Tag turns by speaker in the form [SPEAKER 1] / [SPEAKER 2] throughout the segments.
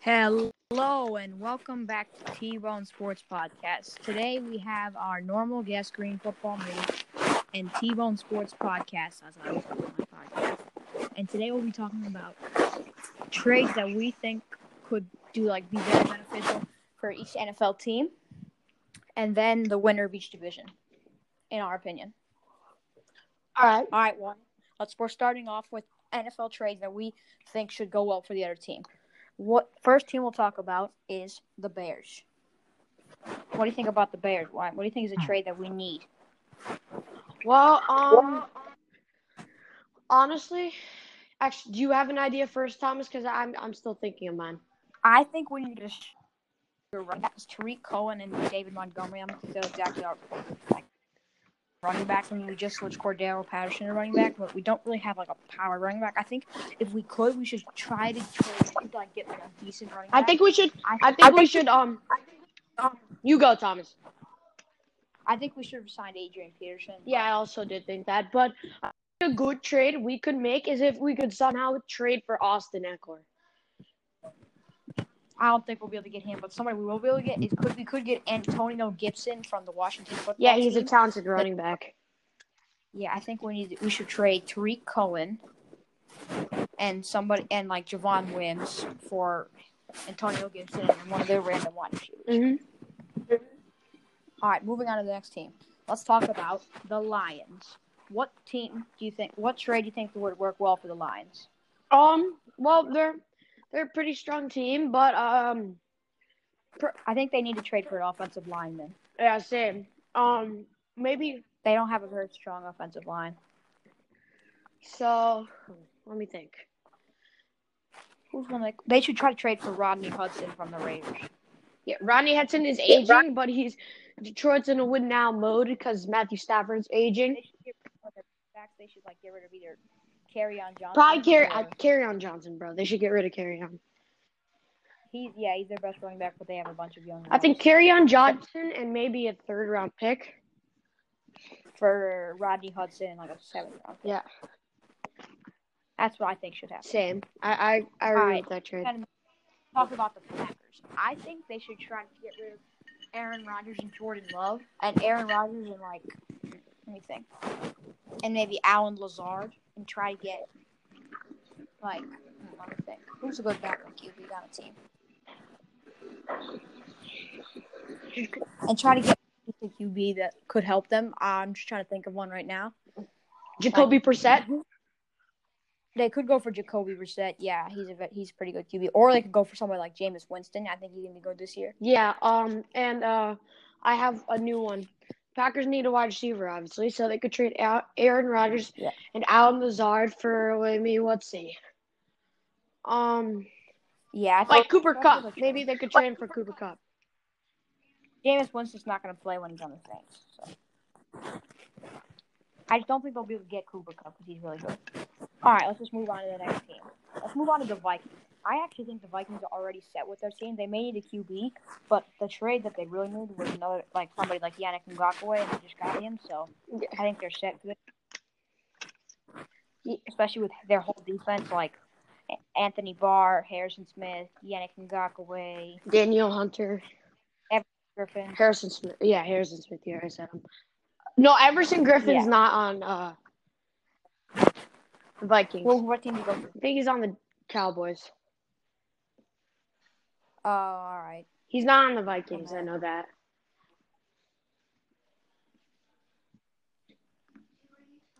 [SPEAKER 1] Hello and welcome back to T Bone Sports Podcast. Today we have our normal guest, Green Football Meet, and T Bone Sports Podcast, as I always call my podcast. And today we'll be talking about trades that we think could do like be very beneficial for each NFL team, and then the winner of each division, in our opinion.
[SPEAKER 2] All right.
[SPEAKER 1] All right, Warren. Let's we're starting off with NFL trades that we think should go well for the other team. What first team we'll talk about is the Bears. What do you think about the Bears, Warren? What do you think is
[SPEAKER 2] Hmm.
[SPEAKER 1] a trade that we need?
[SPEAKER 2] Well, um, honestly, actually, do you have an idea first, Thomas? Because I'm I'm still thinking of mine.
[SPEAKER 1] I think we need to get a sh- running backs, Tariq Cohen and David Montgomery. I'm not sure exactly our like, running backs. I mean, we just switched Cordero Patterson to running back, but we don't really have like a power running back. I think if we could, we should try to trade to like get like a decent running.
[SPEAKER 2] I
[SPEAKER 1] back.
[SPEAKER 2] think we should. I think, we should. Um,
[SPEAKER 1] um,
[SPEAKER 2] you go, Thomas.
[SPEAKER 1] I think we should have signed Adrian Peterson.
[SPEAKER 2] Yeah, I also did think that, but I think a good trade we could make is if we could somehow trade for Austin Eckler.
[SPEAKER 1] I don't think we'll be able to get him, but somebody we will be able to get is could we could get Antonio Gibson from the Washington football.
[SPEAKER 2] Yeah, he's a
[SPEAKER 1] team.
[SPEAKER 2] talented running back.
[SPEAKER 1] Yeah, I think we need we should trade Tariq Cohen and somebody and like Javon Wims for Antonio Gibson and one of their random wide receivers.
[SPEAKER 2] hmm
[SPEAKER 1] All right, moving on to the next team. Let's talk about the Lions. What team do you think? What trade do you think would work well for the Lions?
[SPEAKER 2] Um, well, they're they're a pretty strong team, but um,
[SPEAKER 1] I think they need to trade for an offensive lineman.
[SPEAKER 2] yeah, same. Um, maybe
[SPEAKER 1] They don't have a very strong offensive line.
[SPEAKER 2] so. Let me think.
[SPEAKER 1] Who's gonna make? They should try to trade for Rodney Hudson from the Raiders.
[SPEAKER 2] Yeah, Rodney Hudson is aging, but he's Detroit's in a win now mode because Matthew Stafford's aging.
[SPEAKER 1] They should get rid of their backs. They should like get rid of either carry on Johnson.
[SPEAKER 2] Probably carry
[SPEAKER 1] or-
[SPEAKER 2] I carry on Johnson, bro. They should get rid of carry on.
[SPEAKER 1] He's yeah, he's their best running back, but they have a bunch of young.
[SPEAKER 2] I think
[SPEAKER 1] guys.
[SPEAKER 2] carry on Johnson and maybe a third round pick.
[SPEAKER 1] for Rodney Hudson and like a seventh round. pick.
[SPEAKER 2] Yeah.
[SPEAKER 1] That's what I think should happen.
[SPEAKER 2] Same. I I, I agree
[SPEAKER 1] Alright.
[SPEAKER 2] with that trade.
[SPEAKER 1] And talk about the Packers. I think they should try to get rid of Aaron Rodgers and Jordan Love, and Aaron Rodgers and like let me think, and maybe Alan Lazard, and try to get like let me think, who's a good backup QB on the team, and try to get the QB that could help them. I'm just trying to think of one right now.
[SPEAKER 2] Jacoby Brissett.
[SPEAKER 1] They could go for Jacoby Brissett. Yeah, he's a vet- he's a pretty good QB. Or they could go for somebody like Jameis Winston. I think he's gonna be good this year.
[SPEAKER 2] Yeah. Um. And uh, I have a new one. Packers need a wide receiver, obviously, so they could trade Al- Aaron Rodgers
[SPEAKER 1] Yeah.
[SPEAKER 2] and Alan Lazard for. Let me let's see. Um,
[SPEAKER 1] Yeah, I
[SPEAKER 2] like Cooper
[SPEAKER 1] that's
[SPEAKER 2] Cup.
[SPEAKER 1] what-
[SPEAKER 2] Maybe they could trade him for Cooper Cup.
[SPEAKER 1] Jameis Winston's not going to play when he's on the Saints. So. I just don't think they'll be able to get Cooper Cup because he's really good. All right, let's just move on to the next team. Let's move on to the Vikings. I actually think the Vikings are already set with their team. They may need a QB, but the trade that they really need was another like somebody like Yannick Ngakwe, and they just got him. So I think they're set for this. Especially with their whole defense, like A- Anthony Barr, Harrison Smith, Yannick Ngakwe,
[SPEAKER 2] Daniel Hunter.
[SPEAKER 1] Griffin.
[SPEAKER 2] Harrison Smith. Yeah, Harrison Smith. Yeah, I said him. No, Everson
[SPEAKER 1] Yeah.
[SPEAKER 2] Griffin's not on uh, the Vikings.
[SPEAKER 1] Well, what team do you go for?
[SPEAKER 2] I think he's on the Cowboys.
[SPEAKER 1] Oh, all right.
[SPEAKER 2] He's not on the Vikings. I know that.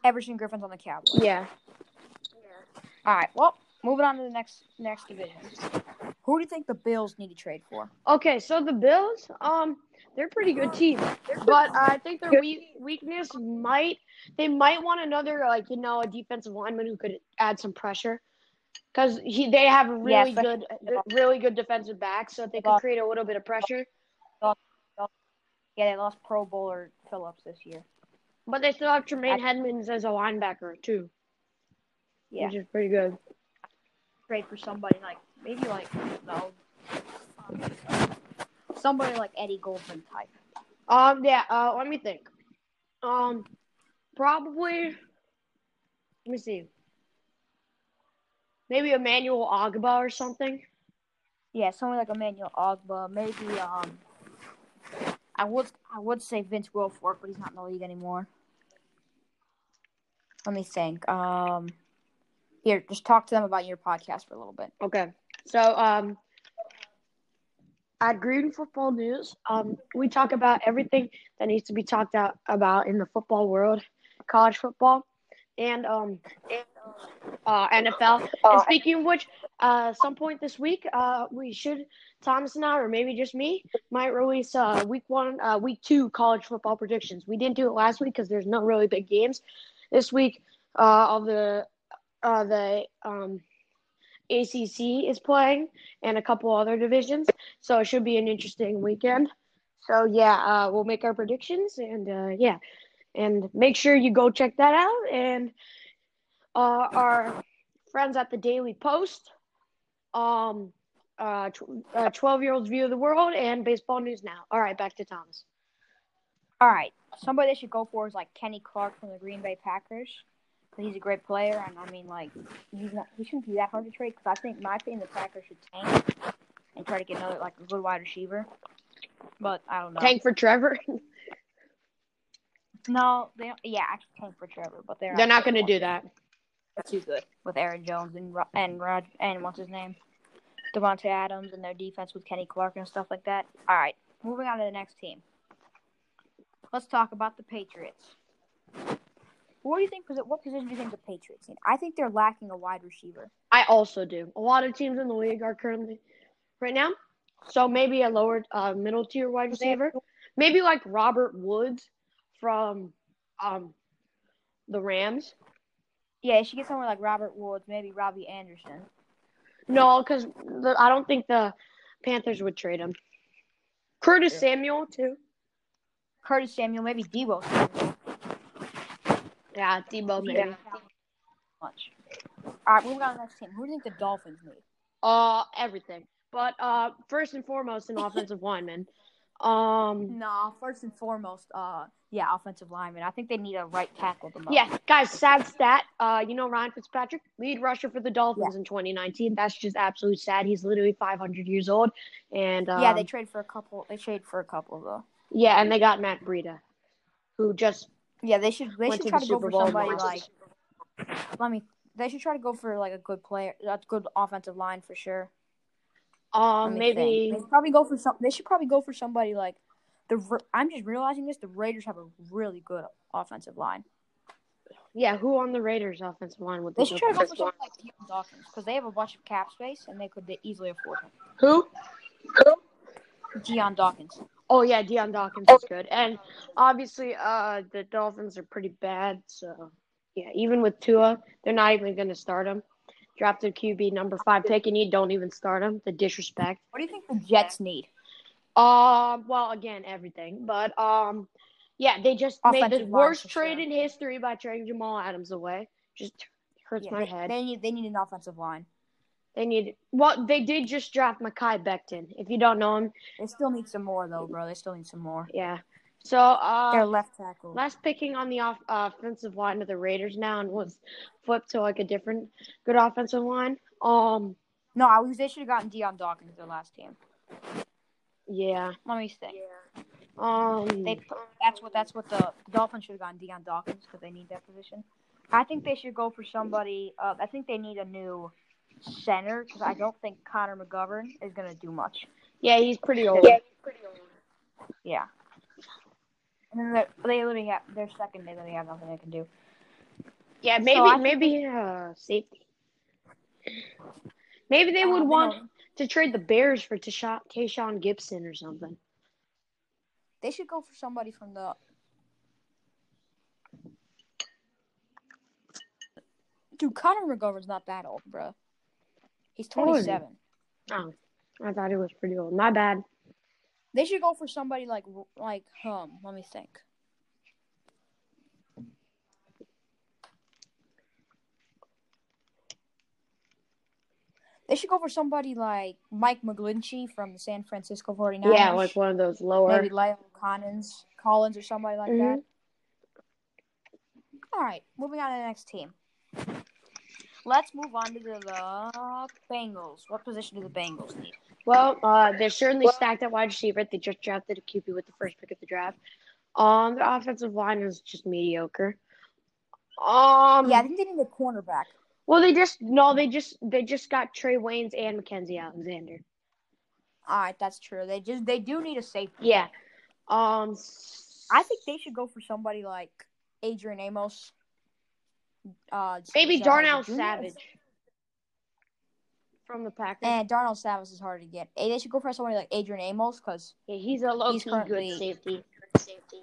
[SPEAKER 1] Everson Griffin's on the Cowboys.
[SPEAKER 2] Yeah.
[SPEAKER 1] All right. Well, moving on to the next next division. Who do you think the Bills need to trade for?
[SPEAKER 2] Okay, so the Bills, um, they're a pretty good team, but I think their we- weakness might they might want another like you know a defensive lineman who could add some pressure because he they have a really
[SPEAKER 1] especially-
[SPEAKER 2] good really good defensive back, so they could create a little bit of pressure.
[SPEAKER 1] Yeah, they lost Pro Bowler Phillips this year.
[SPEAKER 2] But they still have Tremaine Edmonds as a linebacker too,
[SPEAKER 1] Yeah,
[SPEAKER 2] which is pretty good.
[SPEAKER 1] trade for somebody like maybe like no, somebody like Eddie Goldman type.
[SPEAKER 2] Um, yeah. Uh, let me think. Um, probably. Let me see. Maybe Emmanuel Agba or something.
[SPEAKER 1] Yeah, someone like Emmanuel Ogba, maybe um. I would I would say Vince Wilfork, but he's not in the league anymore. Let me think. Um, here, just talk to them about your podcast for a little bit.
[SPEAKER 2] Okay. So um, at Green Football News, um, we talk about everything that needs to be talked out about in the football world, college football, and um, and, uh, NFL.
[SPEAKER 1] Oh.
[SPEAKER 2] and speaking of which, uh, some point this week, uh, we should Thomas and I, or maybe just me, might release uh, week one, uh, week two college football predictions. We didn't do it last week because there's no really big games. This week, uh, all the uh, the um, ACC is playing and a couple other divisions, so it should be an interesting weekend. So yeah, uh, we'll make our predictions and uh, yeah, and make sure you go check that out. And uh, our friends at the Daily Post, um, uh, tw- uh, twelve year olds view of the world and baseball news now. All right, back to Thomas.
[SPEAKER 1] All right, somebody they should go for is like Kenny Clark from the Green Bay Packers. 'Cause He's a great player, and I mean, like, he's not, he shouldn't be that hard to trade. Because I think, in my opinion, the Packers should tank and try to get another like a good wide receiver. But I don't know.
[SPEAKER 2] Tank for Trevor.
[SPEAKER 1] No, they don't, yeah, I could tank for Trevor, but they're
[SPEAKER 2] They're not going to do that.
[SPEAKER 1] They're too good with Aaron Jones and Ro- and Rod and what's his name, Devontae Adams and their defense with Kenny Clark and stuff like that. All right, moving on to the next team. Let's talk about the Patriots. What do you think? What position do you think the Patriots need? I think they're lacking a wide receiver.
[SPEAKER 2] I also do. A lot of teams in the league are currently right now. So maybe a lower uh, middle tier wide receiver. Maybe like Robert Woods from um the Rams.
[SPEAKER 1] Yeah, you should get someone like Robert Woods, maybe Robbie Anderson.
[SPEAKER 2] No, because I don't think the Panthers would trade him. Curtis Samuel too.
[SPEAKER 1] Curtis Samuel, maybe Debo Samuel.
[SPEAKER 2] Yeah, Debo maybe.
[SPEAKER 1] Yeah. Much. All right, moving on to the next team. Who do you think the Dolphins need?
[SPEAKER 2] Uh, everything. But uh, first and foremost, an offensive lineman. Um,
[SPEAKER 1] No, first and foremost, uh, yeah, offensive lineman. I think they need a right tackle. The most.
[SPEAKER 2] yeah, guys. Sad stat. Uh, you know Ryan Fitzpatrick, lead rusher for the Dolphins in 2019. That's just absolute sad. He's literally 500 years old, and um,
[SPEAKER 1] yeah. They trade for a couple. They trade for a couple though.
[SPEAKER 2] Yeah, and they got Matt Breida, who just
[SPEAKER 1] Yeah, they should. They
[SPEAKER 2] went
[SPEAKER 1] should
[SPEAKER 2] to
[SPEAKER 1] try
[SPEAKER 2] the
[SPEAKER 1] to go
[SPEAKER 2] Super
[SPEAKER 1] for
[SPEAKER 2] Bowl.
[SPEAKER 1] somebody
[SPEAKER 2] and lost.
[SPEAKER 1] like. Let me. They should try to go for like a good player, a good offensive line for sure. Let
[SPEAKER 2] um,
[SPEAKER 1] me
[SPEAKER 2] maybe
[SPEAKER 1] think. they should probably go for some. They should probably go for somebody like the. Ra- I'm just realizing this. The Raiders have a really good offensive line.
[SPEAKER 2] yeah. Who on the Raiders' offensive line would
[SPEAKER 1] They
[SPEAKER 2] they
[SPEAKER 1] should try
[SPEAKER 2] go
[SPEAKER 1] to go for
[SPEAKER 2] for?
[SPEAKER 1] something like the Dolphins because they have a bunch of cap space and they could easily afford him.
[SPEAKER 2] Who?
[SPEAKER 1] Deion Dawkins.
[SPEAKER 2] Oh yeah, Deion Dawkins is good, and obviously, uh, the Dolphins are pretty bad. So yeah, even with Tua, they're not even going to start him. Drafted QB number five pick, and you don't even start him. The disrespect.
[SPEAKER 1] What do you think the Jets need?
[SPEAKER 2] Um, well, again, everything, but um, yeah, they just made the
[SPEAKER 1] Offensive line
[SPEAKER 2] worst
[SPEAKER 1] for sure.
[SPEAKER 2] trade in history by trading Jamal Adams away. Just hurts
[SPEAKER 1] Yeah,
[SPEAKER 2] my
[SPEAKER 1] they,
[SPEAKER 2] head.
[SPEAKER 1] They need they need an offensive line.
[SPEAKER 2] They need well, they did just draft Makai Becton. If you don't know him,
[SPEAKER 1] They still need some more though, bro. They still need some more.
[SPEAKER 2] yeah. So uh,
[SPEAKER 1] Their left tackle.
[SPEAKER 2] last picking on the off- offensive line of the Raiders now, and was flipped to like a different good offensive line. Um,
[SPEAKER 1] No, I was they should have gotten Deion Dawkins their last team.
[SPEAKER 2] yeah.
[SPEAKER 1] Let me think.
[SPEAKER 2] Um,
[SPEAKER 1] They that's what that's what the Dolphins should have gotten Deion Dawkins because they need that position. I think they should go for somebody. Uh, I think they need a new center because I don't think Connor McGovern is gonna do much.
[SPEAKER 2] yeah, he's pretty old.
[SPEAKER 1] Yeah. Yeah. And then they're- they literally have their second. They literally have nothing they can do.
[SPEAKER 2] Yeah,
[SPEAKER 1] So
[SPEAKER 2] maybe
[SPEAKER 1] I think
[SPEAKER 2] maybe uh, safety. Maybe they
[SPEAKER 1] I
[SPEAKER 2] would
[SPEAKER 1] Um, don't
[SPEAKER 2] want
[SPEAKER 1] know.
[SPEAKER 2] to trade the Bears for Tasha- Tayshawn Gibson or something.
[SPEAKER 1] They should go for somebody from the. Dude, Connor McGovern's not that old, bro. He's
[SPEAKER 2] How old is he?
[SPEAKER 1] 27.
[SPEAKER 2] Oh, I thought he was pretty old. My bad.
[SPEAKER 1] They should go for somebody like like um. Let me think. They should go for somebody like Mike McGlinchey from the San Francisco 49ers.
[SPEAKER 2] yeah, like one of those lower.
[SPEAKER 1] maybe Lyle Collins, Collins or somebody like
[SPEAKER 2] Mm-hmm.
[SPEAKER 1] that. All right, moving on to the next team. Let's move on to the Bengals. What position do the Bengals need?
[SPEAKER 2] Well, uh, they're certainly stacked at wide receiver. They just drafted a QB with the first pick of the draft. Um, their offensive line is just mediocre. Um,
[SPEAKER 1] yeah, I think they need a cornerback.
[SPEAKER 2] Well, they just no, they just they just got Trey Waynes and Mackenzie Alexander.
[SPEAKER 1] All right, that's true. They just they do need a safety.
[SPEAKER 2] Yeah. Um,
[SPEAKER 1] I think they should go for somebody like Adrian Amos. Uh,
[SPEAKER 2] maybe
[SPEAKER 1] Savage
[SPEAKER 2] Darnell
[SPEAKER 1] Jr.
[SPEAKER 2] Savage from the Packers.
[SPEAKER 1] And Darnell Savage is hard to get. Eh, They should go for somebody like Adrian Amos because
[SPEAKER 2] yeah, he's a low
[SPEAKER 1] he's
[SPEAKER 2] key
[SPEAKER 1] currently-
[SPEAKER 2] good safety. Safety.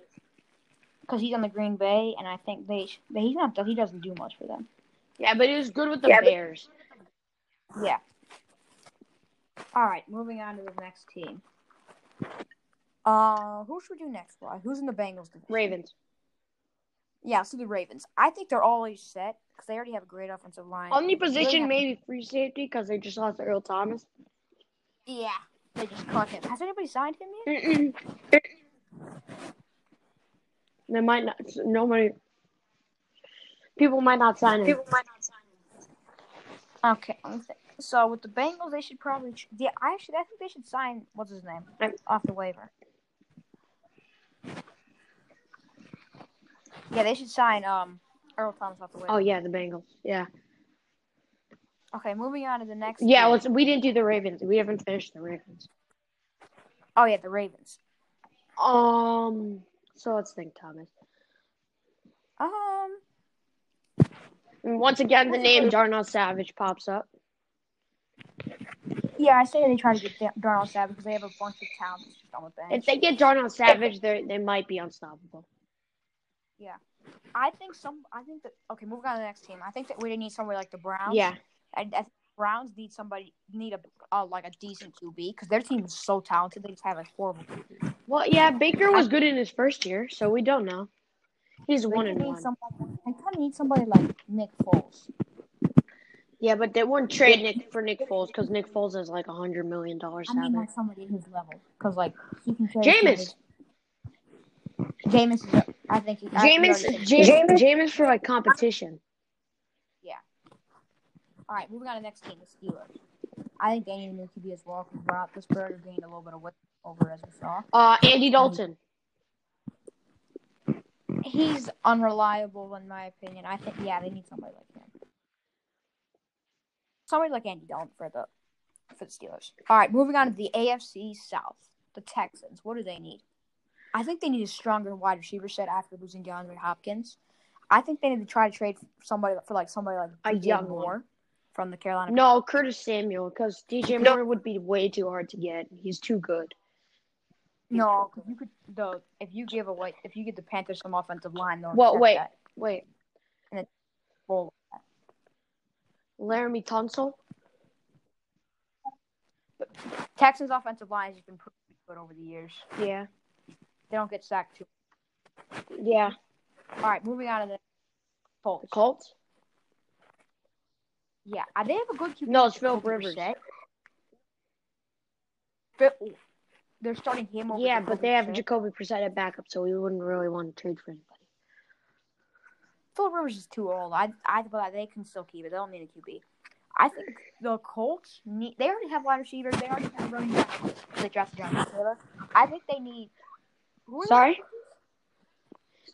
[SPEAKER 1] he's on the Green Bay, and I think they sh- but he's not he doesn't do much for them.
[SPEAKER 2] Yeah, but he was good with the
[SPEAKER 1] Yeah, but-
[SPEAKER 2] Bears.
[SPEAKER 1] Yeah. All right, moving on to the next team. Uh, who should we do next? Why? Who's in the Bengals? division?
[SPEAKER 2] Ravens.
[SPEAKER 1] Yeah, so the Ravens. I think they're always set because they already have a great offensive line.
[SPEAKER 2] Only
[SPEAKER 1] Yeah.
[SPEAKER 2] position maybe free safety because they just lost Earl Thomas.
[SPEAKER 1] yeah, they just caught him. Has anybody signed him yet?
[SPEAKER 2] Mm-mm. They might not. Nobody. People might not sign him.
[SPEAKER 1] might not sign him. Okay, let me think. So with the Bengals, they should probably. ch- Yeah, I actually I think they should sign what's his name
[SPEAKER 2] I'm-
[SPEAKER 1] off the waiver. Yeah, they should sign um Earl Thomas off the waiver.
[SPEAKER 2] oh yeah, the Bengals. Yeah.
[SPEAKER 1] Okay, moving on to the next.
[SPEAKER 2] Yeah.
[SPEAKER 1] team.
[SPEAKER 2] Let's, we didn't do the Ravens. We haven't finished the Ravens.
[SPEAKER 1] Oh yeah, the Ravens.
[SPEAKER 2] Um. So let's think, Thomas.
[SPEAKER 1] Um.
[SPEAKER 2] And once again, the name Darnell Savage pops up.
[SPEAKER 1] Yeah, I say they try to get Dan- Darnell Savage because they have a bunch of talent that's just on the bench.
[SPEAKER 2] If they get Darnell Savage, they they might be unstoppable.
[SPEAKER 1] I think some. I think that okay. Moving on to the next team. I think that we need somewhere like the Browns.
[SPEAKER 2] Yeah.
[SPEAKER 1] I, I think Browns need somebody need a uh, like a decent QB because their team is so talented. They just have a horrible. QB.
[SPEAKER 2] Well, yeah. Baker was good in his first year, so we don't know. He's one
[SPEAKER 1] they
[SPEAKER 2] and
[SPEAKER 1] need
[SPEAKER 2] one.
[SPEAKER 1] Somebody, they kind of need somebody like Nick Foles.
[SPEAKER 2] Yeah, but they wouldn't trade Nick for Nick Foles because Nick Foles is like a hundred million dollars
[SPEAKER 1] I mean,
[SPEAKER 2] salary.
[SPEAKER 1] like somebody at his level because like he can. carry
[SPEAKER 2] Jameis,
[SPEAKER 1] somebody- Jameis is. Up. I think. He, I- we already
[SPEAKER 2] Jameis,
[SPEAKER 1] said-
[SPEAKER 2] Jameis, Jameis for like competition.
[SPEAKER 1] All right, moving on to the next team, the Steelers. I think they need a new QB as well because Roethlisberger gained a little bit of weight over as we saw.
[SPEAKER 2] Uh, Andy Dalton.
[SPEAKER 1] He's unreliable in my opinion. I think yeah, they need somebody like him. Somebody like Andy Dalton for the for the Steelers. All right, moving on to the AFC South, the Texans. What do they need? I think they need a stronger wide receiver set after losing DeAndre Hopkins. I think they need to try to trade somebody for like somebody like
[SPEAKER 2] A
[SPEAKER 1] DJ
[SPEAKER 2] young one.
[SPEAKER 1] Moore from the Carolina.
[SPEAKER 2] No, Curtis Samuel because DJ Moore would be way too hard to get. He's too good.
[SPEAKER 1] No, 'cause you could the if you give away if you get the Panthers some offensive line though.
[SPEAKER 2] Well, wait. Wait,
[SPEAKER 1] Well,
[SPEAKER 2] Laramie Tunsil.
[SPEAKER 1] Texans offensive line has been pretty good over the years.
[SPEAKER 2] Yeah,
[SPEAKER 1] They don't get sacked too.
[SPEAKER 2] yeah.
[SPEAKER 1] All right, moving on to the Colts.
[SPEAKER 2] The Colts.
[SPEAKER 1] Yeah, uh, they have a good QB.
[SPEAKER 2] No, it's Phil
[SPEAKER 1] Jacoby
[SPEAKER 2] Rivers.
[SPEAKER 1] Brissett. Phil- They're starting him over.
[SPEAKER 2] Yeah, but
[SPEAKER 1] Jacoby
[SPEAKER 2] they have
[SPEAKER 1] Brissett.
[SPEAKER 2] Jacoby Brissett at backup, so we wouldn't really want to trade for anybody.
[SPEAKER 1] Phil Rivers is too old. I I feel like they can still keep it. They don't need a QB. I think the Colts need. They already have wide receivers. They already have running backs. They drafted Jonathan Taylor. I think they need. who are they-
[SPEAKER 2] Sorry?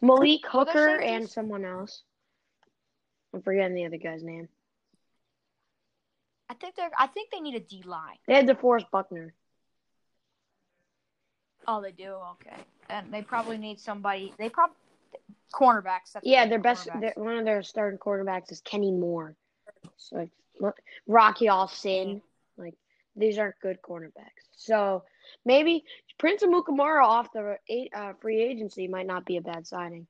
[SPEAKER 2] Malik
[SPEAKER 1] Well, their
[SPEAKER 2] Hooker
[SPEAKER 1] safeties-
[SPEAKER 2] and someone else. I'm forgetting the other guy's name.
[SPEAKER 1] I think they're. I think they need a D line.
[SPEAKER 2] They had DeForest Buckner.
[SPEAKER 1] Oh, they do. Okay, and they probably need somebody. They probably cornerbacks. That's
[SPEAKER 2] Yeah, their best,
[SPEAKER 1] cornerbacks.
[SPEAKER 2] their, one of their starting quarterbacks is Kenny Moore. So look, Rocky Austin, like these aren't good cornerbacks. So maybe Prince of Mukamara off the eight, uh, free agency might not be a bad signing.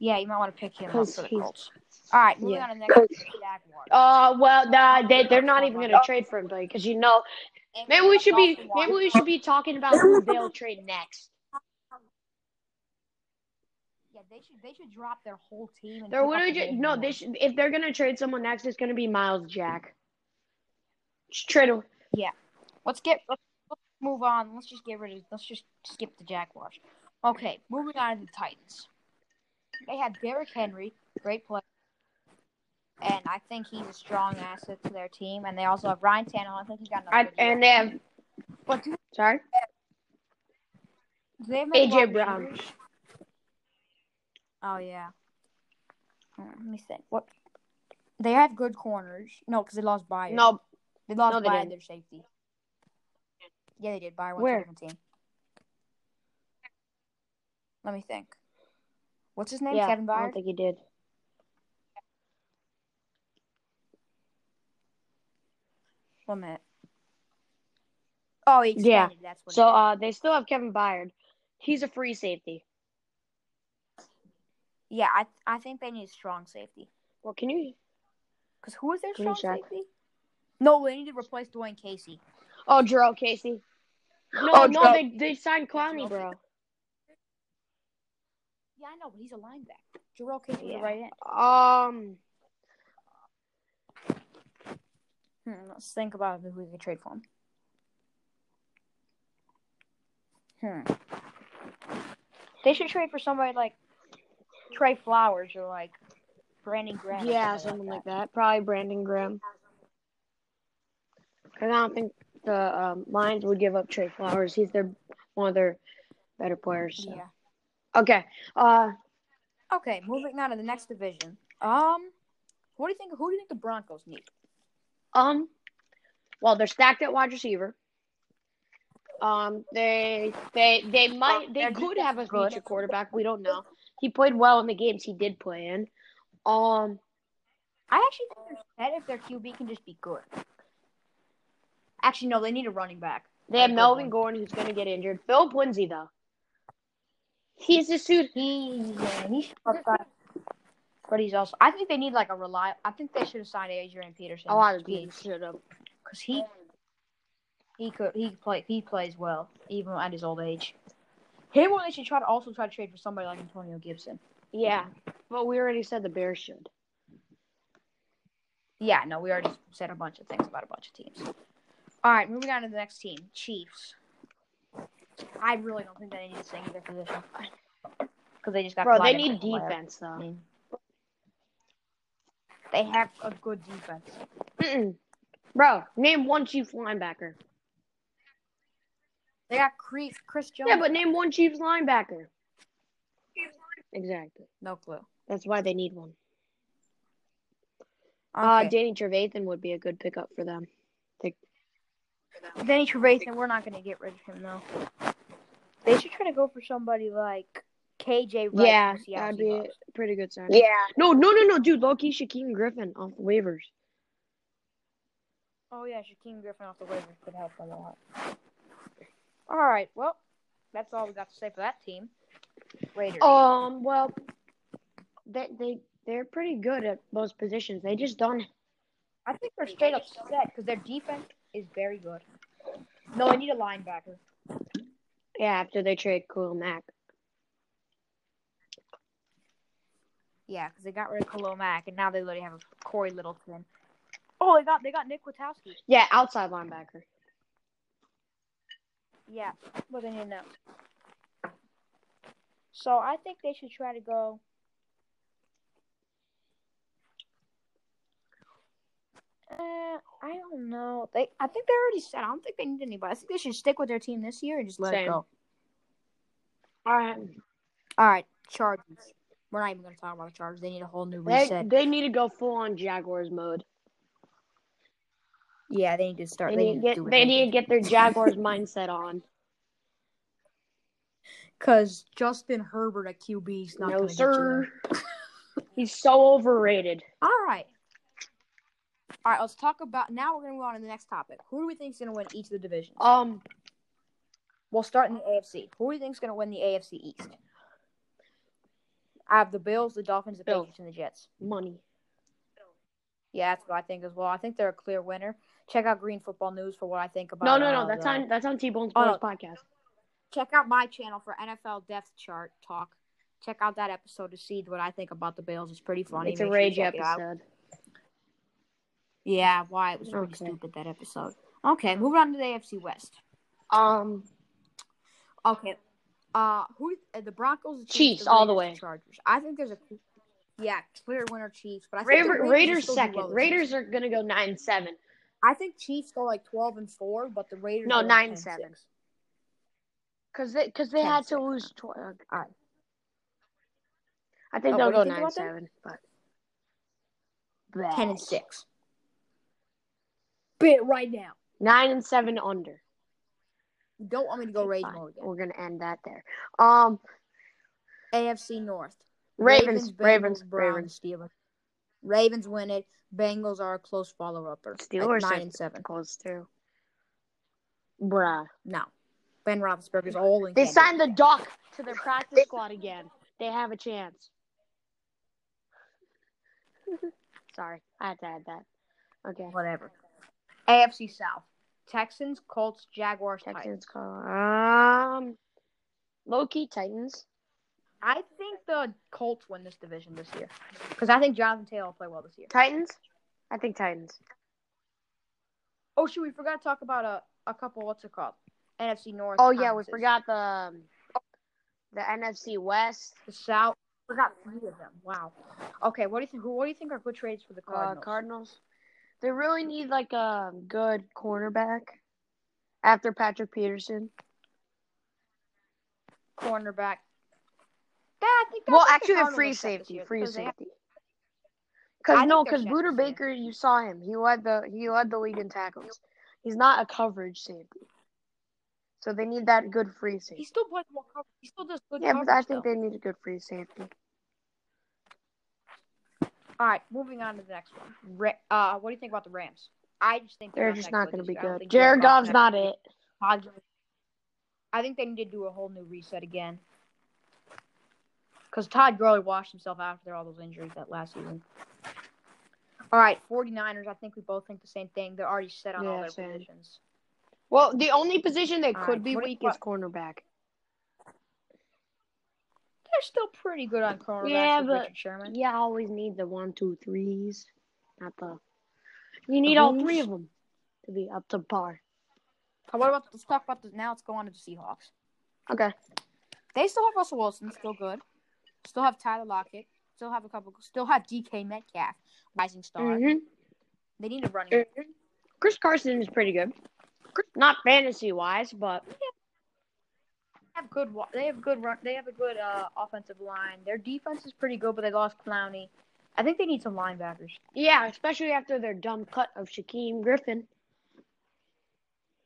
[SPEAKER 1] yeah, you might want to pick him up
[SPEAKER 2] Cause
[SPEAKER 1] for the
[SPEAKER 2] he's-
[SPEAKER 1] Colts. All right, moving
[SPEAKER 2] Yeah.
[SPEAKER 1] on to the next Jaguars.
[SPEAKER 2] Uh, well, nah, they they're not even gonna trade for him because you know maybe we should be maybe we should be talking about who they'll trade next.
[SPEAKER 1] Yeah, they should. They should drop their whole team. And
[SPEAKER 2] They're
[SPEAKER 1] pick up
[SPEAKER 2] literally
[SPEAKER 1] the
[SPEAKER 2] just,
[SPEAKER 1] Jaguars.
[SPEAKER 2] no. They should, if they're gonna trade someone next, it's gonna be Miles Jack. Just trade him.
[SPEAKER 1] Let's get. Let's, let's move on. Let's just get rid of. Let's just skip the Jaguars. Okay, moving on to the Titans. They had Derrick Henry, great player. and I think he's a strong asset to their team. And they also have Ryan Tannehill. I think he got another.
[SPEAKER 2] I,
[SPEAKER 1] good year.
[SPEAKER 2] and they have.
[SPEAKER 1] But do
[SPEAKER 2] Sorry.
[SPEAKER 1] do they have
[SPEAKER 2] AJ
[SPEAKER 1] wide
[SPEAKER 2] Brown.
[SPEAKER 1] receivers? Oh yeah. Hold on, let me think. What they have good corners? No, because they lost Bayer.
[SPEAKER 2] No,
[SPEAKER 1] they lost
[SPEAKER 2] no, they
[SPEAKER 1] Bayer
[SPEAKER 2] didn't.
[SPEAKER 1] their safety. Yeah, they did. Bayer
[SPEAKER 2] Where?
[SPEAKER 1] won seventeen. Let me think. What's his name?
[SPEAKER 2] yeah,
[SPEAKER 1] Kevin
[SPEAKER 2] I
[SPEAKER 1] Bayer.
[SPEAKER 2] don't think he did.
[SPEAKER 1] One minute. Oh, he expanded.
[SPEAKER 2] Yeah.
[SPEAKER 1] That's what.
[SPEAKER 2] So
[SPEAKER 1] it is.
[SPEAKER 2] uh, they still have Kevin Byard. He's a free safety.
[SPEAKER 1] yeah, I I think they need strong safety.
[SPEAKER 2] Well, can you?
[SPEAKER 1] Cause who is their
[SPEAKER 2] Let me
[SPEAKER 1] strong
[SPEAKER 2] check.
[SPEAKER 1] safety? No, they need to replace Dwayne Casey.
[SPEAKER 2] Oh, Jarrell Casey. No,
[SPEAKER 1] Oh,
[SPEAKER 2] no,
[SPEAKER 1] Jarrell-
[SPEAKER 2] they they signed Clowney, bro.
[SPEAKER 1] Yeah, I know, but he's a linebacker. Jarrell Casey was
[SPEAKER 2] Yeah.
[SPEAKER 1] a right end.
[SPEAKER 2] Um,
[SPEAKER 1] Hmm, let's think about who we could trade for him. Hmm. They should trade for somebody like Trey Flowers or like Brandon Graham. or
[SPEAKER 2] yeah, something like that. Probably Brandon Graham. Because I don't think the um, Lions would give up Trey Flowers. He's their one of their better players. so.
[SPEAKER 1] Yeah.
[SPEAKER 2] Okay. Uh,
[SPEAKER 1] Okay, moving on to the next division. Um, what do you think? Who do you think the Broncos need?
[SPEAKER 2] um, well, they're stacked at wide receiver. Um, they they they might they
[SPEAKER 1] Their
[SPEAKER 2] could
[SPEAKER 1] defense
[SPEAKER 2] have a
[SPEAKER 1] is good.
[SPEAKER 2] future quarterback. We don't know. He played well in the games he did play in. Um,
[SPEAKER 1] I actually think they're set if their QB can just be good. Actually, no, they need a running back.
[SPEAKER 2] They have
[SPEAKER 1] Good
[SPEAKER 2] Melvin
[SPEAKER 1] one.
[SPEAKER 2] Gordon, who's going to get injured. Philip Lindsay, though, he's just who
[SPEAKER 1] He, yeah, he's upside, but he's also. I think they need like a reliable. I think they should have signed Adrian Peterson.
[SPEAKER 2] a lot of teams should have.
[SPEAKER 1] because he he could he could play he plays well even at his old age. Him or they should try to also try to trade for somebody like Antonio Gibson.
[SPEAKER 2] Yeah, but we already said the Bears should.
[SPEAKER 1] Yeah, no, we already said a bunch of things about a bunch of teams. All right, moving on to the next team, Chiefs. I really don't think they need to sing their position because they just got.
[SPEAKER 2] Bro, they
[SPEAKER 1] Clyde
[SPEAKER 2] need
[SPEAKER 1] Edwards-Helaire.
[SPEAKER 2] defense, though.
[SPEAKER 1] They have a good defense.
[SPEAKER 2] Mm-mm. Bro, name one Chiefs linebacker.
[SPEAKER 1] They got Chris, Chris Jones.
[SPEAKER 2] Yeah, but name one Chiefs linebacker. Exactly.
[SPEAKER 1] no clue.
[SPEAKER 2] That's why they need one. Uh,
[SPEAKER 1] Okay.
[SPEAKER 2] Danny Trevathan would be a good pickup for them.
[SPEAKER 1] Danny Trevathan, we're not going to get rid of him though. They should try to go for somebody like KJ. Wright
[SPEAKER 2] yeah,
[SPEAKER 1] from the Seahawks
[SPEAKER 2] that'd be a
[SPEAKER 1] Seahawks.
[SPEAKER 2] pretty good sign.
[SPEAKER 1] Yeah.
[SPEAKER 2] No, no, no, no, dude. Low key Shaquem Griffin off the waivers.
[SPEAKER 1] Oh yeah, Shaquem Griffin off the waivers could help them a lot. All right, well, that's all we got to say for that team. Raiders.
[SPEAKER 2] Um, well, they they they're pretty good at most positions. They just don't.
[SPEAKER 1] I think they're straight up set because their defense is very good. No, they need a linebacker.
[SPEAKER 2] Yeah, after they trade Khalil Mack.
[SPEAKER 1] Yeah, because they got rid of Khalil Mack, and now they literally have a Corey Littleton. Oh, they got they got Nick Witowski.
[SPEAKER 2] Yeah, outside linebacker.
[SPEAKER 1] Yeah, but they need to know. So I think they should try to go. Uh, I don't know. They, I think they're already set. I don't think they need anybody. I think they should stick with their team this year and just let it
[SPEAKER 2] Same.
[SPEAKER 1] go.
[SPEAKER 2] All right.
[SPEAKER 1] All right, Chargers. We're not even going to talk about the Chargers. They need a whole new
[SPEAKER 2] They,
[SPEAKER 1] reset.
[SPEAKER 2] they need to go full on Jaguars mode.
[SPEAKER 1] yeah, they need to start.
[SPEAKER 2] They
[SPEAKER 1] They,
[SPEAKER 2] need to get
[SPEAKER 1] do it.
[SPEAKER 2] they need to get their Jaguars mindset on.
[SPEAKER 1] because Justin Herbert at QB is not
[SPEAKER 2] no
[SPEAKER 1] going to get you there.
[SPEAKER 2] sir. He's so overrated.
[SPEAKER 1] All right. All right, let's talk about now we're going to move on to the next topic. Who do we think is going to win each of the divisions?
[SPEAKER 2] Um,
[SPEAKER 1] We'll start in the AFC. Who do you think is going to win the AFC East? I have the Bills, the Dolphins, the
[SPEAKER 2] Bills.
[SPEAKER 1] Patriots, and the Jets.
[SPEAKER 2] money.
[SPEAKER 1] Yeah, that's what I think as well. I think they're a clear winner. Check out Green Football News for what I think about.
[SPEAKER 2] No, no,
[SPEAKER 1] uh,
[SPEAKER 2] no. That's
[SPEAKER 1] the-
[SPEAKER 2] on that's on T Bone's
[SPEAKER 1] Oh, no.
[SPEAKER 2] podcast.
[SPEAKER 1] Check out my channel for NFL Death Chart Talk. Check out that episode to see what I think about the Bills. It's pretty funny.
[SPEAKER 2] It's a
[SPEAKER 1] Make sure you
[SPEAKER 2] rage
[SPEAKER 1] check it out.
[SPEAKER 2] episode.
[SPEAKER 1] Yeah, why it was pretty
[SPEAKER 2] Okay.
[SPEAKER 1] stupid that episode. Okay, moving on to the AFC West.
[SPEAKER 2] Um,
[SPEAKER 1] Okay. Uh, who uh, the Broncos, the
[SPEAKER 2] Chiefs,
[SPEAKER 1] the
[SPEAKER 2] all the
[SPEAKER 1] Raiders,
[SPEAKER 2] way.
[SPEAKER 1] Chargers. I think there's a Yeah, clear winner Chiefs. But I think the
[SPEAKER 2] Raver,
[SPEAKER 1] Raiders
[SPEAKER 2] Raiders
[SPEAKER 1] still do
[SPEAKER 2] second.
[SPEAKER 1] well this year.
[SPEAKER 2] Raiders are gonna go nine and seven.
[SPEAKER 1] I think Chiefs go like twelve and four, but the Raiders
[SPEAKER 2] No,
[SPEAKER 1] go, like,
[SPEAKER 2] nine
[SPEAKER 1] 10,
[SPEAKER 2] seven.
[SPEAKER 1] six.
[SPEAKER 2] Cause they cause they
[SPEAKER 1] Ten
[SPEAKER 2] had to
[SPEAKER 1] seven.
[SPEAKER 2] lose. Tw- uh, all right. I think
[SPEAKER 1] Oh, what do
[SPEAKER 2] they'll go
[SPEAKER 1] you think
[SPEAKER 2] nine
[SPEAKER 1] about them?
[SPEAKER 2] seven, but
[SPEAKER 1] Ten and
[SPEAKER 2] Bad.
[SPEAKER 1] six. Bit right now.
[SPEAKER 2] nine and seven under.
[SPEAKER 1] You don't want me to go rage
[SPEAKER 2] Fine.
[SPEAKER 1] mode again.
[SPEAKER 2] We're gonna end that there. Um,
[SPEAKER 1] AFC North.
[SPEAKER 2] Ravens, Ravens,
[SPEAKER 1] Bengals, Browns,
[SPEAKER 2] Ravens,
[SPEAKER 1] Steelers. Ravens win it. Bengals are a close follow upper.
[SPEAKER 2] Steelers
[SPEAKER 1] nine
[SPEAKER 2] are-
[SPEAKER 1] and seven.
[SPEAKER 2] close through. Bruh,
[SPEAKER 1] No. Ben Roethlisberger's all in.
[SPEAKER 2] they
[SPEAKER 1] Canada.
[SPEAKER 2] signed the Duck to their practice squad again. They have a chance. Sorry, I had to add that. Okay,
[SPEAKER 1] whatever. AFC South. Texans, Colts, Jaguars, Titans.
[SPEAKER 2] Texans call. Um, low key Titans.
[SPEAKER 1] I think the Colts win this division this year because I think Jonathan Taylor will play well this year.
[SPEAKER 2] Titans. I think Titans.
[SPEAKER 1] Oh, shoot, we forgot to talk about a, a couple. What's it called? NFC North.
[SPEAKER 2] Oh yeah, we
[SPEAKER 1] conferences.
[SPEAKER 2] forgot the um, the NFC West.
[SPEAKER 1] the South. Forgot three of them. Wow. Okay, what do you think? Who? What do you think are good trades for the
[SPEAKER 2] Cardinals.
[SPEAKER 1] Cardinals?
[SPEAKER 2] Uh, Cardinals. They really need like a good cornerback after Patrick Peterson.
[SPEAKER 1] cornerback. That, I think that's
[SPEAKER 2] well,
[SPEAKER 1] what the
[SPEAKER 2] actually, they're
[SPEAKER 1] Cardinals
[SPEAKER 2] free
[SPEAKER 1] are set this
[SPEAKER 2] safety,
[SPEAKER 1] year,
[SPEAKER 2] free
[SPEAKER 1] 'cause they have-
[SPEAKER 2] safety.
[SPEAKER 1] I
[SPEAKER 2] Because
[SPEAKER 1] think
[SPEAKER 2] no,
[SPEAKER 1] they're
[SPEAKER 2] because
[SPEAKER 1] set
[SPEAKER 2] Buda
[SPEAKER 1] this year.
[SPEAKER 2] Baker, you saw him. He led the he led the league in tackles. He's not a coverage safety, so they need that good free
[SPEAKER 1] He
[SPEAKER 2] safety.
[SPEAKER 1] still plays more cover. He still does good
[SPEAKER 2] Yeah,
[SPEAKER 1] coverage.
[SPEAKER 2] but I think
[SPEAKER 1] though.
[SPEAKER 2] they need a good free safety.
[SPEAKER 1] All right, moving on to the next one. Ra- uh, what do you think about the Rams? I just think
[SPEAKER 2] They're just
[SPEAKER 1] that
[SPEAKER 2] not going to
[SPEAKER 1] this
[SPEAKER 2] be
[SPEAKER 1] year. I don't
[SPEAKER 2] good.
[SPEAKER 1] think
[SPEAKER 2] Jared Goff's
[SPEAKER 1] Goff's
[SPEAKER 2] not it.
[SPEAKER 1] Padres. I think they need to do a whole new reset again. Because Todd Gurley washed himself out after all those injuries that last season. All right, 49ers. I think we both think the same thing. They're already set on all
[SPEAKER 2] Yeah,
[SPEAKER 1] their
[SPEAKER 2] same.
[SPEAKER 1] positions.
[SPEAKER 2] Well, the only position that
[SPEAKER 1] All
[SPEAKER 2] could
[SPEAKER 1] right,
[SPEAKER 2] be
[SPEAKER 1] what do you-
[SPEAKER 2] weak is cornerback.
[SPEAKER 1] They're still pretty good on cornerbacks
[SPEAKER 2] Yeah,
[SPEAKER 1] with
[SPEAKER 2] but-
[SPEAKER 1] Richard Sherman.
[SPEAKER 2] Yeah, I always need the one, two, threes, not the. You need
[SPEAKER 1] The
[SPEAKER 2] all
[SPEAKER 1] wings?
[SPEAKER 2] three of them to be up to par.
[SPEAKER 1] Uh, What about let's talk about the now? Let's go on to the Seahawks.
[SPEAKER 2] Okay.
[SPEAKER 1] They still have Russell Wilson, still good. Still have Tyler Lockett. Still have a couple. Still have DK Metcalf, rising star.
[SPEAKER 2] hmm
[SPEAKER 1] They need a running. back.
[SPEAKER 2] Chris Carson is pretty good. Not fantasy wise, but
[SPEAKER 1] They have good. wa- They have good run. They have a good uh, offensive line. Their defense is pretty good, but they lost Clowney. I think they need some linebackers.
[SPEAKER 2] yeah, especially after their dumb cut of Shaquem Griffin.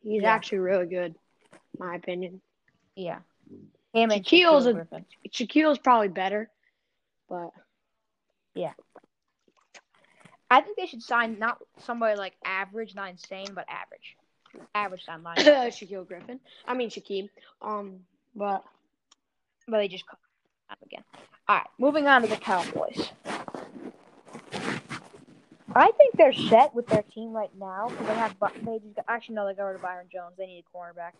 [SPEAKER 2] He's
[SPEAKER 1] Yeah.
[SPEAKER 2] actually really good, in my opinion.
[SPEAKER 1] Yeah. Him and
[SPEAKER 2] Shaquille's
[SPEAKER 1] Shaquille
[SPEAKER 2] a-
[SPEAKER 1] Griffin.
[SPEAKER 2] Shaquille's probably better, but
[SPEAKER 1] I think they should sign not somebody like average, not insane, but average. Average sign linebacker.
[SPEAKER 2] Shaquille Griffin. I mean Shaquem. Um, but
[SPEAKER 1] but they just cut up again. All right, moving on to the Cowboys. I think they're set with their team right now. 'cause They have Bu- they just got, actually no, they got rid of Byron Jones. They need a cornerback.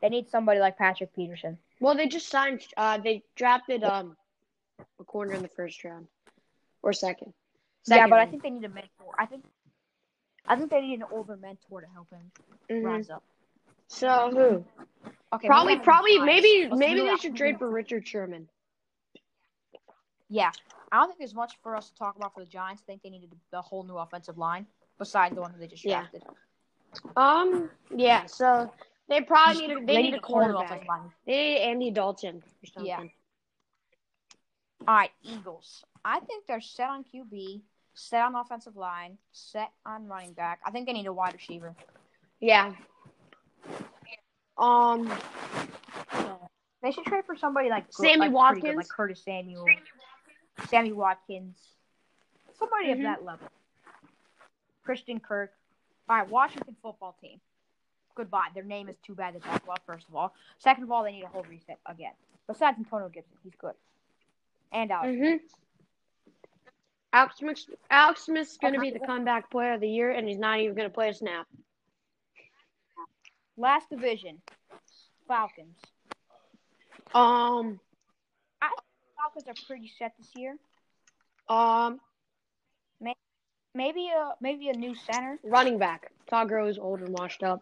[SPEAKER 1] They need somebody like Patrick Peterson.
[SPEAKER 2] well, they just signed. Uh, they drafted um a corner in the first round or second.
[SPEAKER 1] yeah,
[SPEAKER 2] Second
[SPEAKER 1] but I
[SPEAKER 2] round.
[SPEAKER 1] think they need a mentor. I think I think they need an older mentor to help him
[SPEAKER 2] Mhm.
[SPEAKER 1] rise up.
[SPEAKER 2] So who?
[SPEAKER 1] Okay,
[SPEAKER 2] Probably,
[SPEAKER 1] moving on to the
[SPEAKER 2] probably,
[SPEAKER 1] Lions.
[SPEAKER 2] maybe,
[SPEAKER 1] Let's
[SPEAKER 2] maybe
[SPEAKER 1] move
[SPEAKER 2] they
[SPEAKER 1] on-
[SPEAKER 2] should trade for Richard Sherman.
[SPEAKER 1] Yeah, I don't think there's much for us to talk about for the Giants. I think they needed a whole new offensive line besides the one who they just
[SPEAKER 2] Yeah.
[SPEAKER 1] drafted.
[SPEAKER 2] Um, yeah. So they probably need a, they, need, a
[SPEAKER 1] whole new
[SPEAKER 2] quarterback.
[SPEAKER 1] offensive line.
[SPEAKER 2] They need Andy Dalton or something.
[SPEAKER 1] Yeah. All right, Eagles. I think they're set on QB, set on offensive line, set on running back. I think they need a wide receiver.
[SPEAKER 2] Yeah. Um.
[SPEAKER 1] Uh-huh. They should trade for somebody like
[SPEAKER 2] Sammy
[SPEAKER 1] like pretty good,
[SPEAKER 2] Watkins?
[SPEAKER 1] like Curtis Samuel, Sammy Watkins, somebody
[SPEAKER 2] Mhm.
[SPEAKER 1] of that level. Christian Kirk. All right, Washington football team. Goodbye. Their name is too bad to talk about. First of all, second of all, they need a whole reset again. Besides Antonio Gibson, he's good. And Alex,
[SPEAKER 2] Mhm. Alex Smith. Alex Smith's gonna be the
[SPEAKER 1] Okay.
[SPEAKER 2] comeback player of the year, and he's not even gonna play a snap.
[SPEAKER 1] last division, Falcons.
[SPEAKER 2] Um.
[SPEAKER 1] Falcons are pretty set this year.
[SPEAKER 2] Um.
[SPEAKER 1] Maybe a maybe a new center.
[SPEAKER 2] Running back. Todd Gurley is old and washed up.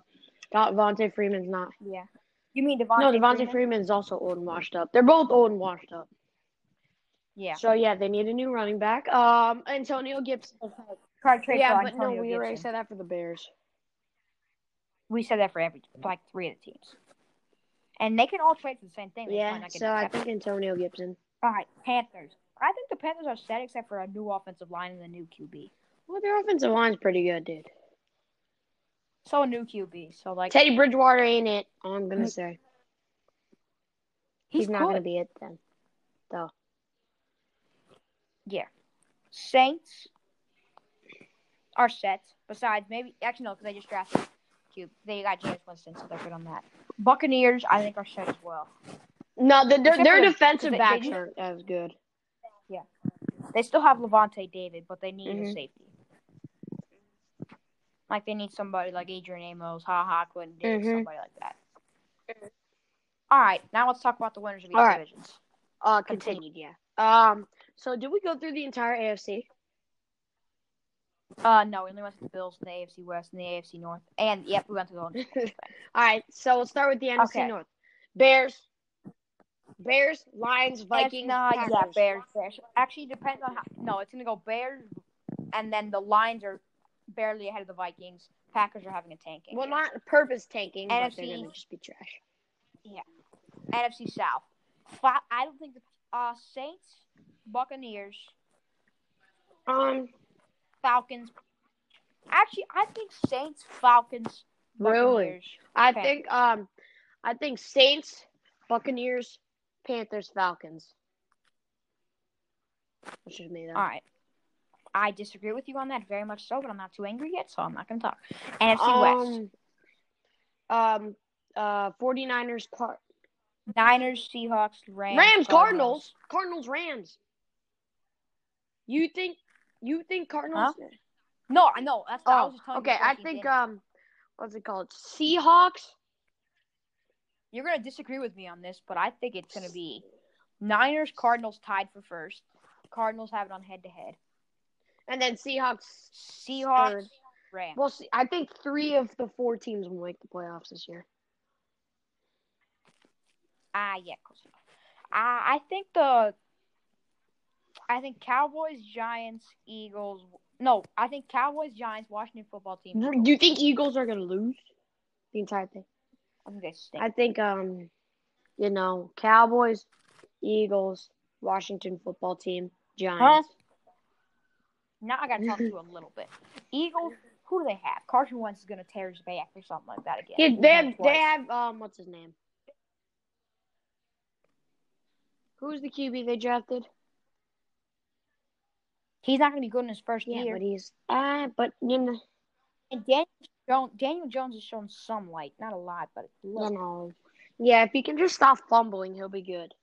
[SPEAKER 2] Don- Devontae Freeman's not.
[SPEAKER 1] Yeah. You mean Devontae?
[SPEAKER 2] no, Devontae Freeman's also old and washed up. They're both old and washed up.
[SPEAKER 1] Yeah.
[SPEAKER 2] So yeah, they need a new running back. Um, Antonio Gibson.
[SPEAKER 1] Card trade
[SPEAKER 2] yeah,
[SPEAKER 1] for
[SPEAKER 2] but
[SPEAKER 1] Antonio
[SPEAKER 2] no, we already
[SPEAKER 1] Gibson.
[SPEAKER 2] said that for the Bears.
[SPEAKER 1] We said that for every like three of the teams, and they can all trade for the same thing. They might
[SPEAKER 2] Yeah,
[SPEAKER 1] not get
[SPEAKER 2] so I
[SPEAKER 1] accepted.
[SPEAKER 2] think Antonio Gibson.
[SPEAKER 1] all right, Panthers. I think the Panthers are set except for a new offensive line and a new QB.
[SPEAKER 2] Well, their offensive line's pretty good, dude.
[SPEAKER 1] So a new QB. So like
[SPEAKER 2] Teddy Bridgewater ain't it. I'm gonna say
[SPEAKER 1] he's,
[SPEAKER 2] he's, not
[SPEAKER 1] good.
[SPEAKER 2] gonna be it then.
[SPEAKER 1] Yeah. Saints are set. Besides, maybe actually no, because they just drafted Cube. They got James Winston, so they're good on that. Buccaneers, I think, are set as well.
[SPEAKER 2] No, the, their,
[SPEAKER 1] Except
[SPEAKER 2] their
[SPEAKER 1] for the-
[SPEAKER 2] defensive
[SPEAKER 1] they-
[SPEAKER 2] backs
[SPEAKER 1] they-
[SPEAKER 2] aren't as good.
[SPEAKER 1] They still have Levante David, but they need a
[SPEAKER 2] Mhm.
[SPEAKER 1] safety. Like they need somebody like Adrian Amos, Ha Ha Quinn, Diggs,
[SPEAKER 2] Mhm.
[SPEAKER 1] somebody like that. All right, now let's talk about the winners of these
[SPEAKER 2] All right.
[SPEAKER 1] divisions.
[SPEAKER 2] Uh,
[SPEAKER 1] Continue.
[SPEAKER 2] continued, yeah. Um, so did we go through the entire AFC?
[SPEAKER 1] Uh, no, we only went to the Bills in the AFC West and the AFC North, and yep, we went to the
[SPEAKER 2] All right, so we'll start with the NFC
[SPEAKER 1] Okay.
[SPEAKER 2] North. Bears, Bears, Lions, Vikings,
[SPEAKER 1] Nah,
[SPEAKER 2] Packers.
[SPEAKER 1] yeah, Bears. Bears. Actually, depends on how. No, it's gonna go Bears, and then the Lions are barely ahead of the Vikings. Packers are having a tanking.
[SPEAKER 2] Well, not purpose tanking, but they're
[SPEAKER 1] NFC.
[SPEAKER 2] gonna just be trash.
[SPEAKER 1] NFC South. Fi I don't think the uh, Saints, Buccaneers,
[SPEAKER 2] Um,
[SPEAKER 1] Falcons. Actually, I think Saints, Falcons,
[SPEAKER 2] really,
[SPEAKER 1] Buccaneers.
[SPEAKER 2] I
[SPEAKER 1] Pan-
[SPEAKER 2] think um, I think Saints, Buccaneers, Panthers, Falcons. Which is me. Though.
[SPEAKER 1] All right. I disagree with you on that very much so, but I'm not too angry yet, so I'm not gonna talk. NFC West.
[SPEAKER 2] Um, uh, 49ers, Car-
[SPEAKER 1] Niners, Seahawks, Rams,
[SPEAKER 2] Rams, Cardinals, Cardinals, Rams. You think, you think Cardinals?
[SPEAKER 1] No, I know. That's I was
[SPEAKER 2] Oh,
[SPEAKER 1] just telling you
[SPEAKER 2] okay.
[SPEAKER 1] before
[SPEAKER 2] I
[SPEAKER 1] you
[SPEAKER 2] think
[SPEAKER 1] did.
[SPEAKER 2] um, what's it called? Seahawks.
[SPEAKER 1] You're gonna disagree with me on this, but I think it's gonna be Niners Cardinals tied for first. Cardinals have it on head to head.
[SPEAKER 2] and then Seahawks.
[SPEAKER 1] Seahawks
[SPEAKER 2] Third.
[SPEAKER 1] Rams.
[SPEAKER 2] Well, see, I think three of the four teams will make the playoffs this year.
[SPEAKER 1] Ah, yeah, close enough. I I think the I think Cowboys, Giants, Eagles. No, I think Cowboys, Giants, Washington football team.
[SPEAKER 2] Do you think Eagles are gonna lose the entire thing?
[SPEAKER 1] I think they stink.
[SPEAKER 2] I think um, you know, Cowboys, Eagles, Washington football team, Giants.
[SPEAKER 1] now I gotta talk to you a little bit. Eagles. Who do they have? Carson Wentz is gonna tear his back or something like that again.
[SPEAKER 2] Yeah,
[SPEAKER 1] He's
[SPEAKER 2] they
[SPEAKER 1] done
[SPEAKER 2] have,
[SPEAKER 1] it
[SPEAKER 2] they
[SPEAKER 1] twice.
[SPEAKER 2] have um what's his name? Who's the QB they drafted?
[SPEAKER 1] He's not gonna be good in his first
[SPEAKER 2] Yeah,
[SPEAKER 1] year.
[SPEAKER 2] but he's uh but you know,
[SPEAKER 1] And Daniel Jones, Daniel Jones has shown some light, not a lot, but a
[SPEAKER 2] you
[SPEAKER 1] little.
[SPEAKER 2] know. Yeah, if he can just stop fumbling, he'll be good.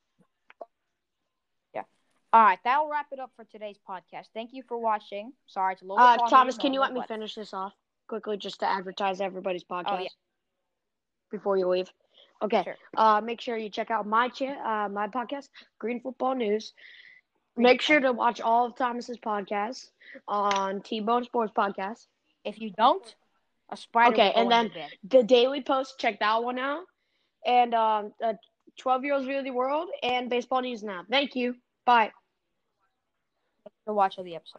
[SPEAKER 1] All right, that'll wrap it up for today's podcast. Thank you for watching. Sorry, it's a little. bit
[SPEAKER 2] Uh
[SPEAKER 1] long,
[SPEAKER 2] Thomas,
[SPEAKER 1] but
[SPEAKER 2] can you
[SPEAKER 1] no
[SPEAKER 2] let me
[SPEAKER 1] what.
[SPEAKER 2] finish this off quickly just to advertise everybody's podcast
[SPEAKER 1] yeah.
[SPEAKER 2] before you leave? Okay.
[SPEAKER 1] Sure.
[SPEAKER 2] Uh, make sure you check out my cha- uh, my podcast, Green Football News. Make sure to watch all of Thomas's podcasts on T Bone Sports Podcast.
[SPEAKER 1] If you don't, a spider.
[SPEAKER 2] Okay,
[SPEAKER 1] will go
[SPEAKER 2] and
[SPEAKER 1] in your bed.
[SPEAKER 2] The Daily Post, check that one out. And um, uh, 12 Year Olds View of the World and Baseball News Now. Thank you. Bye.
[SPEAKER 1] go watch all the episodes.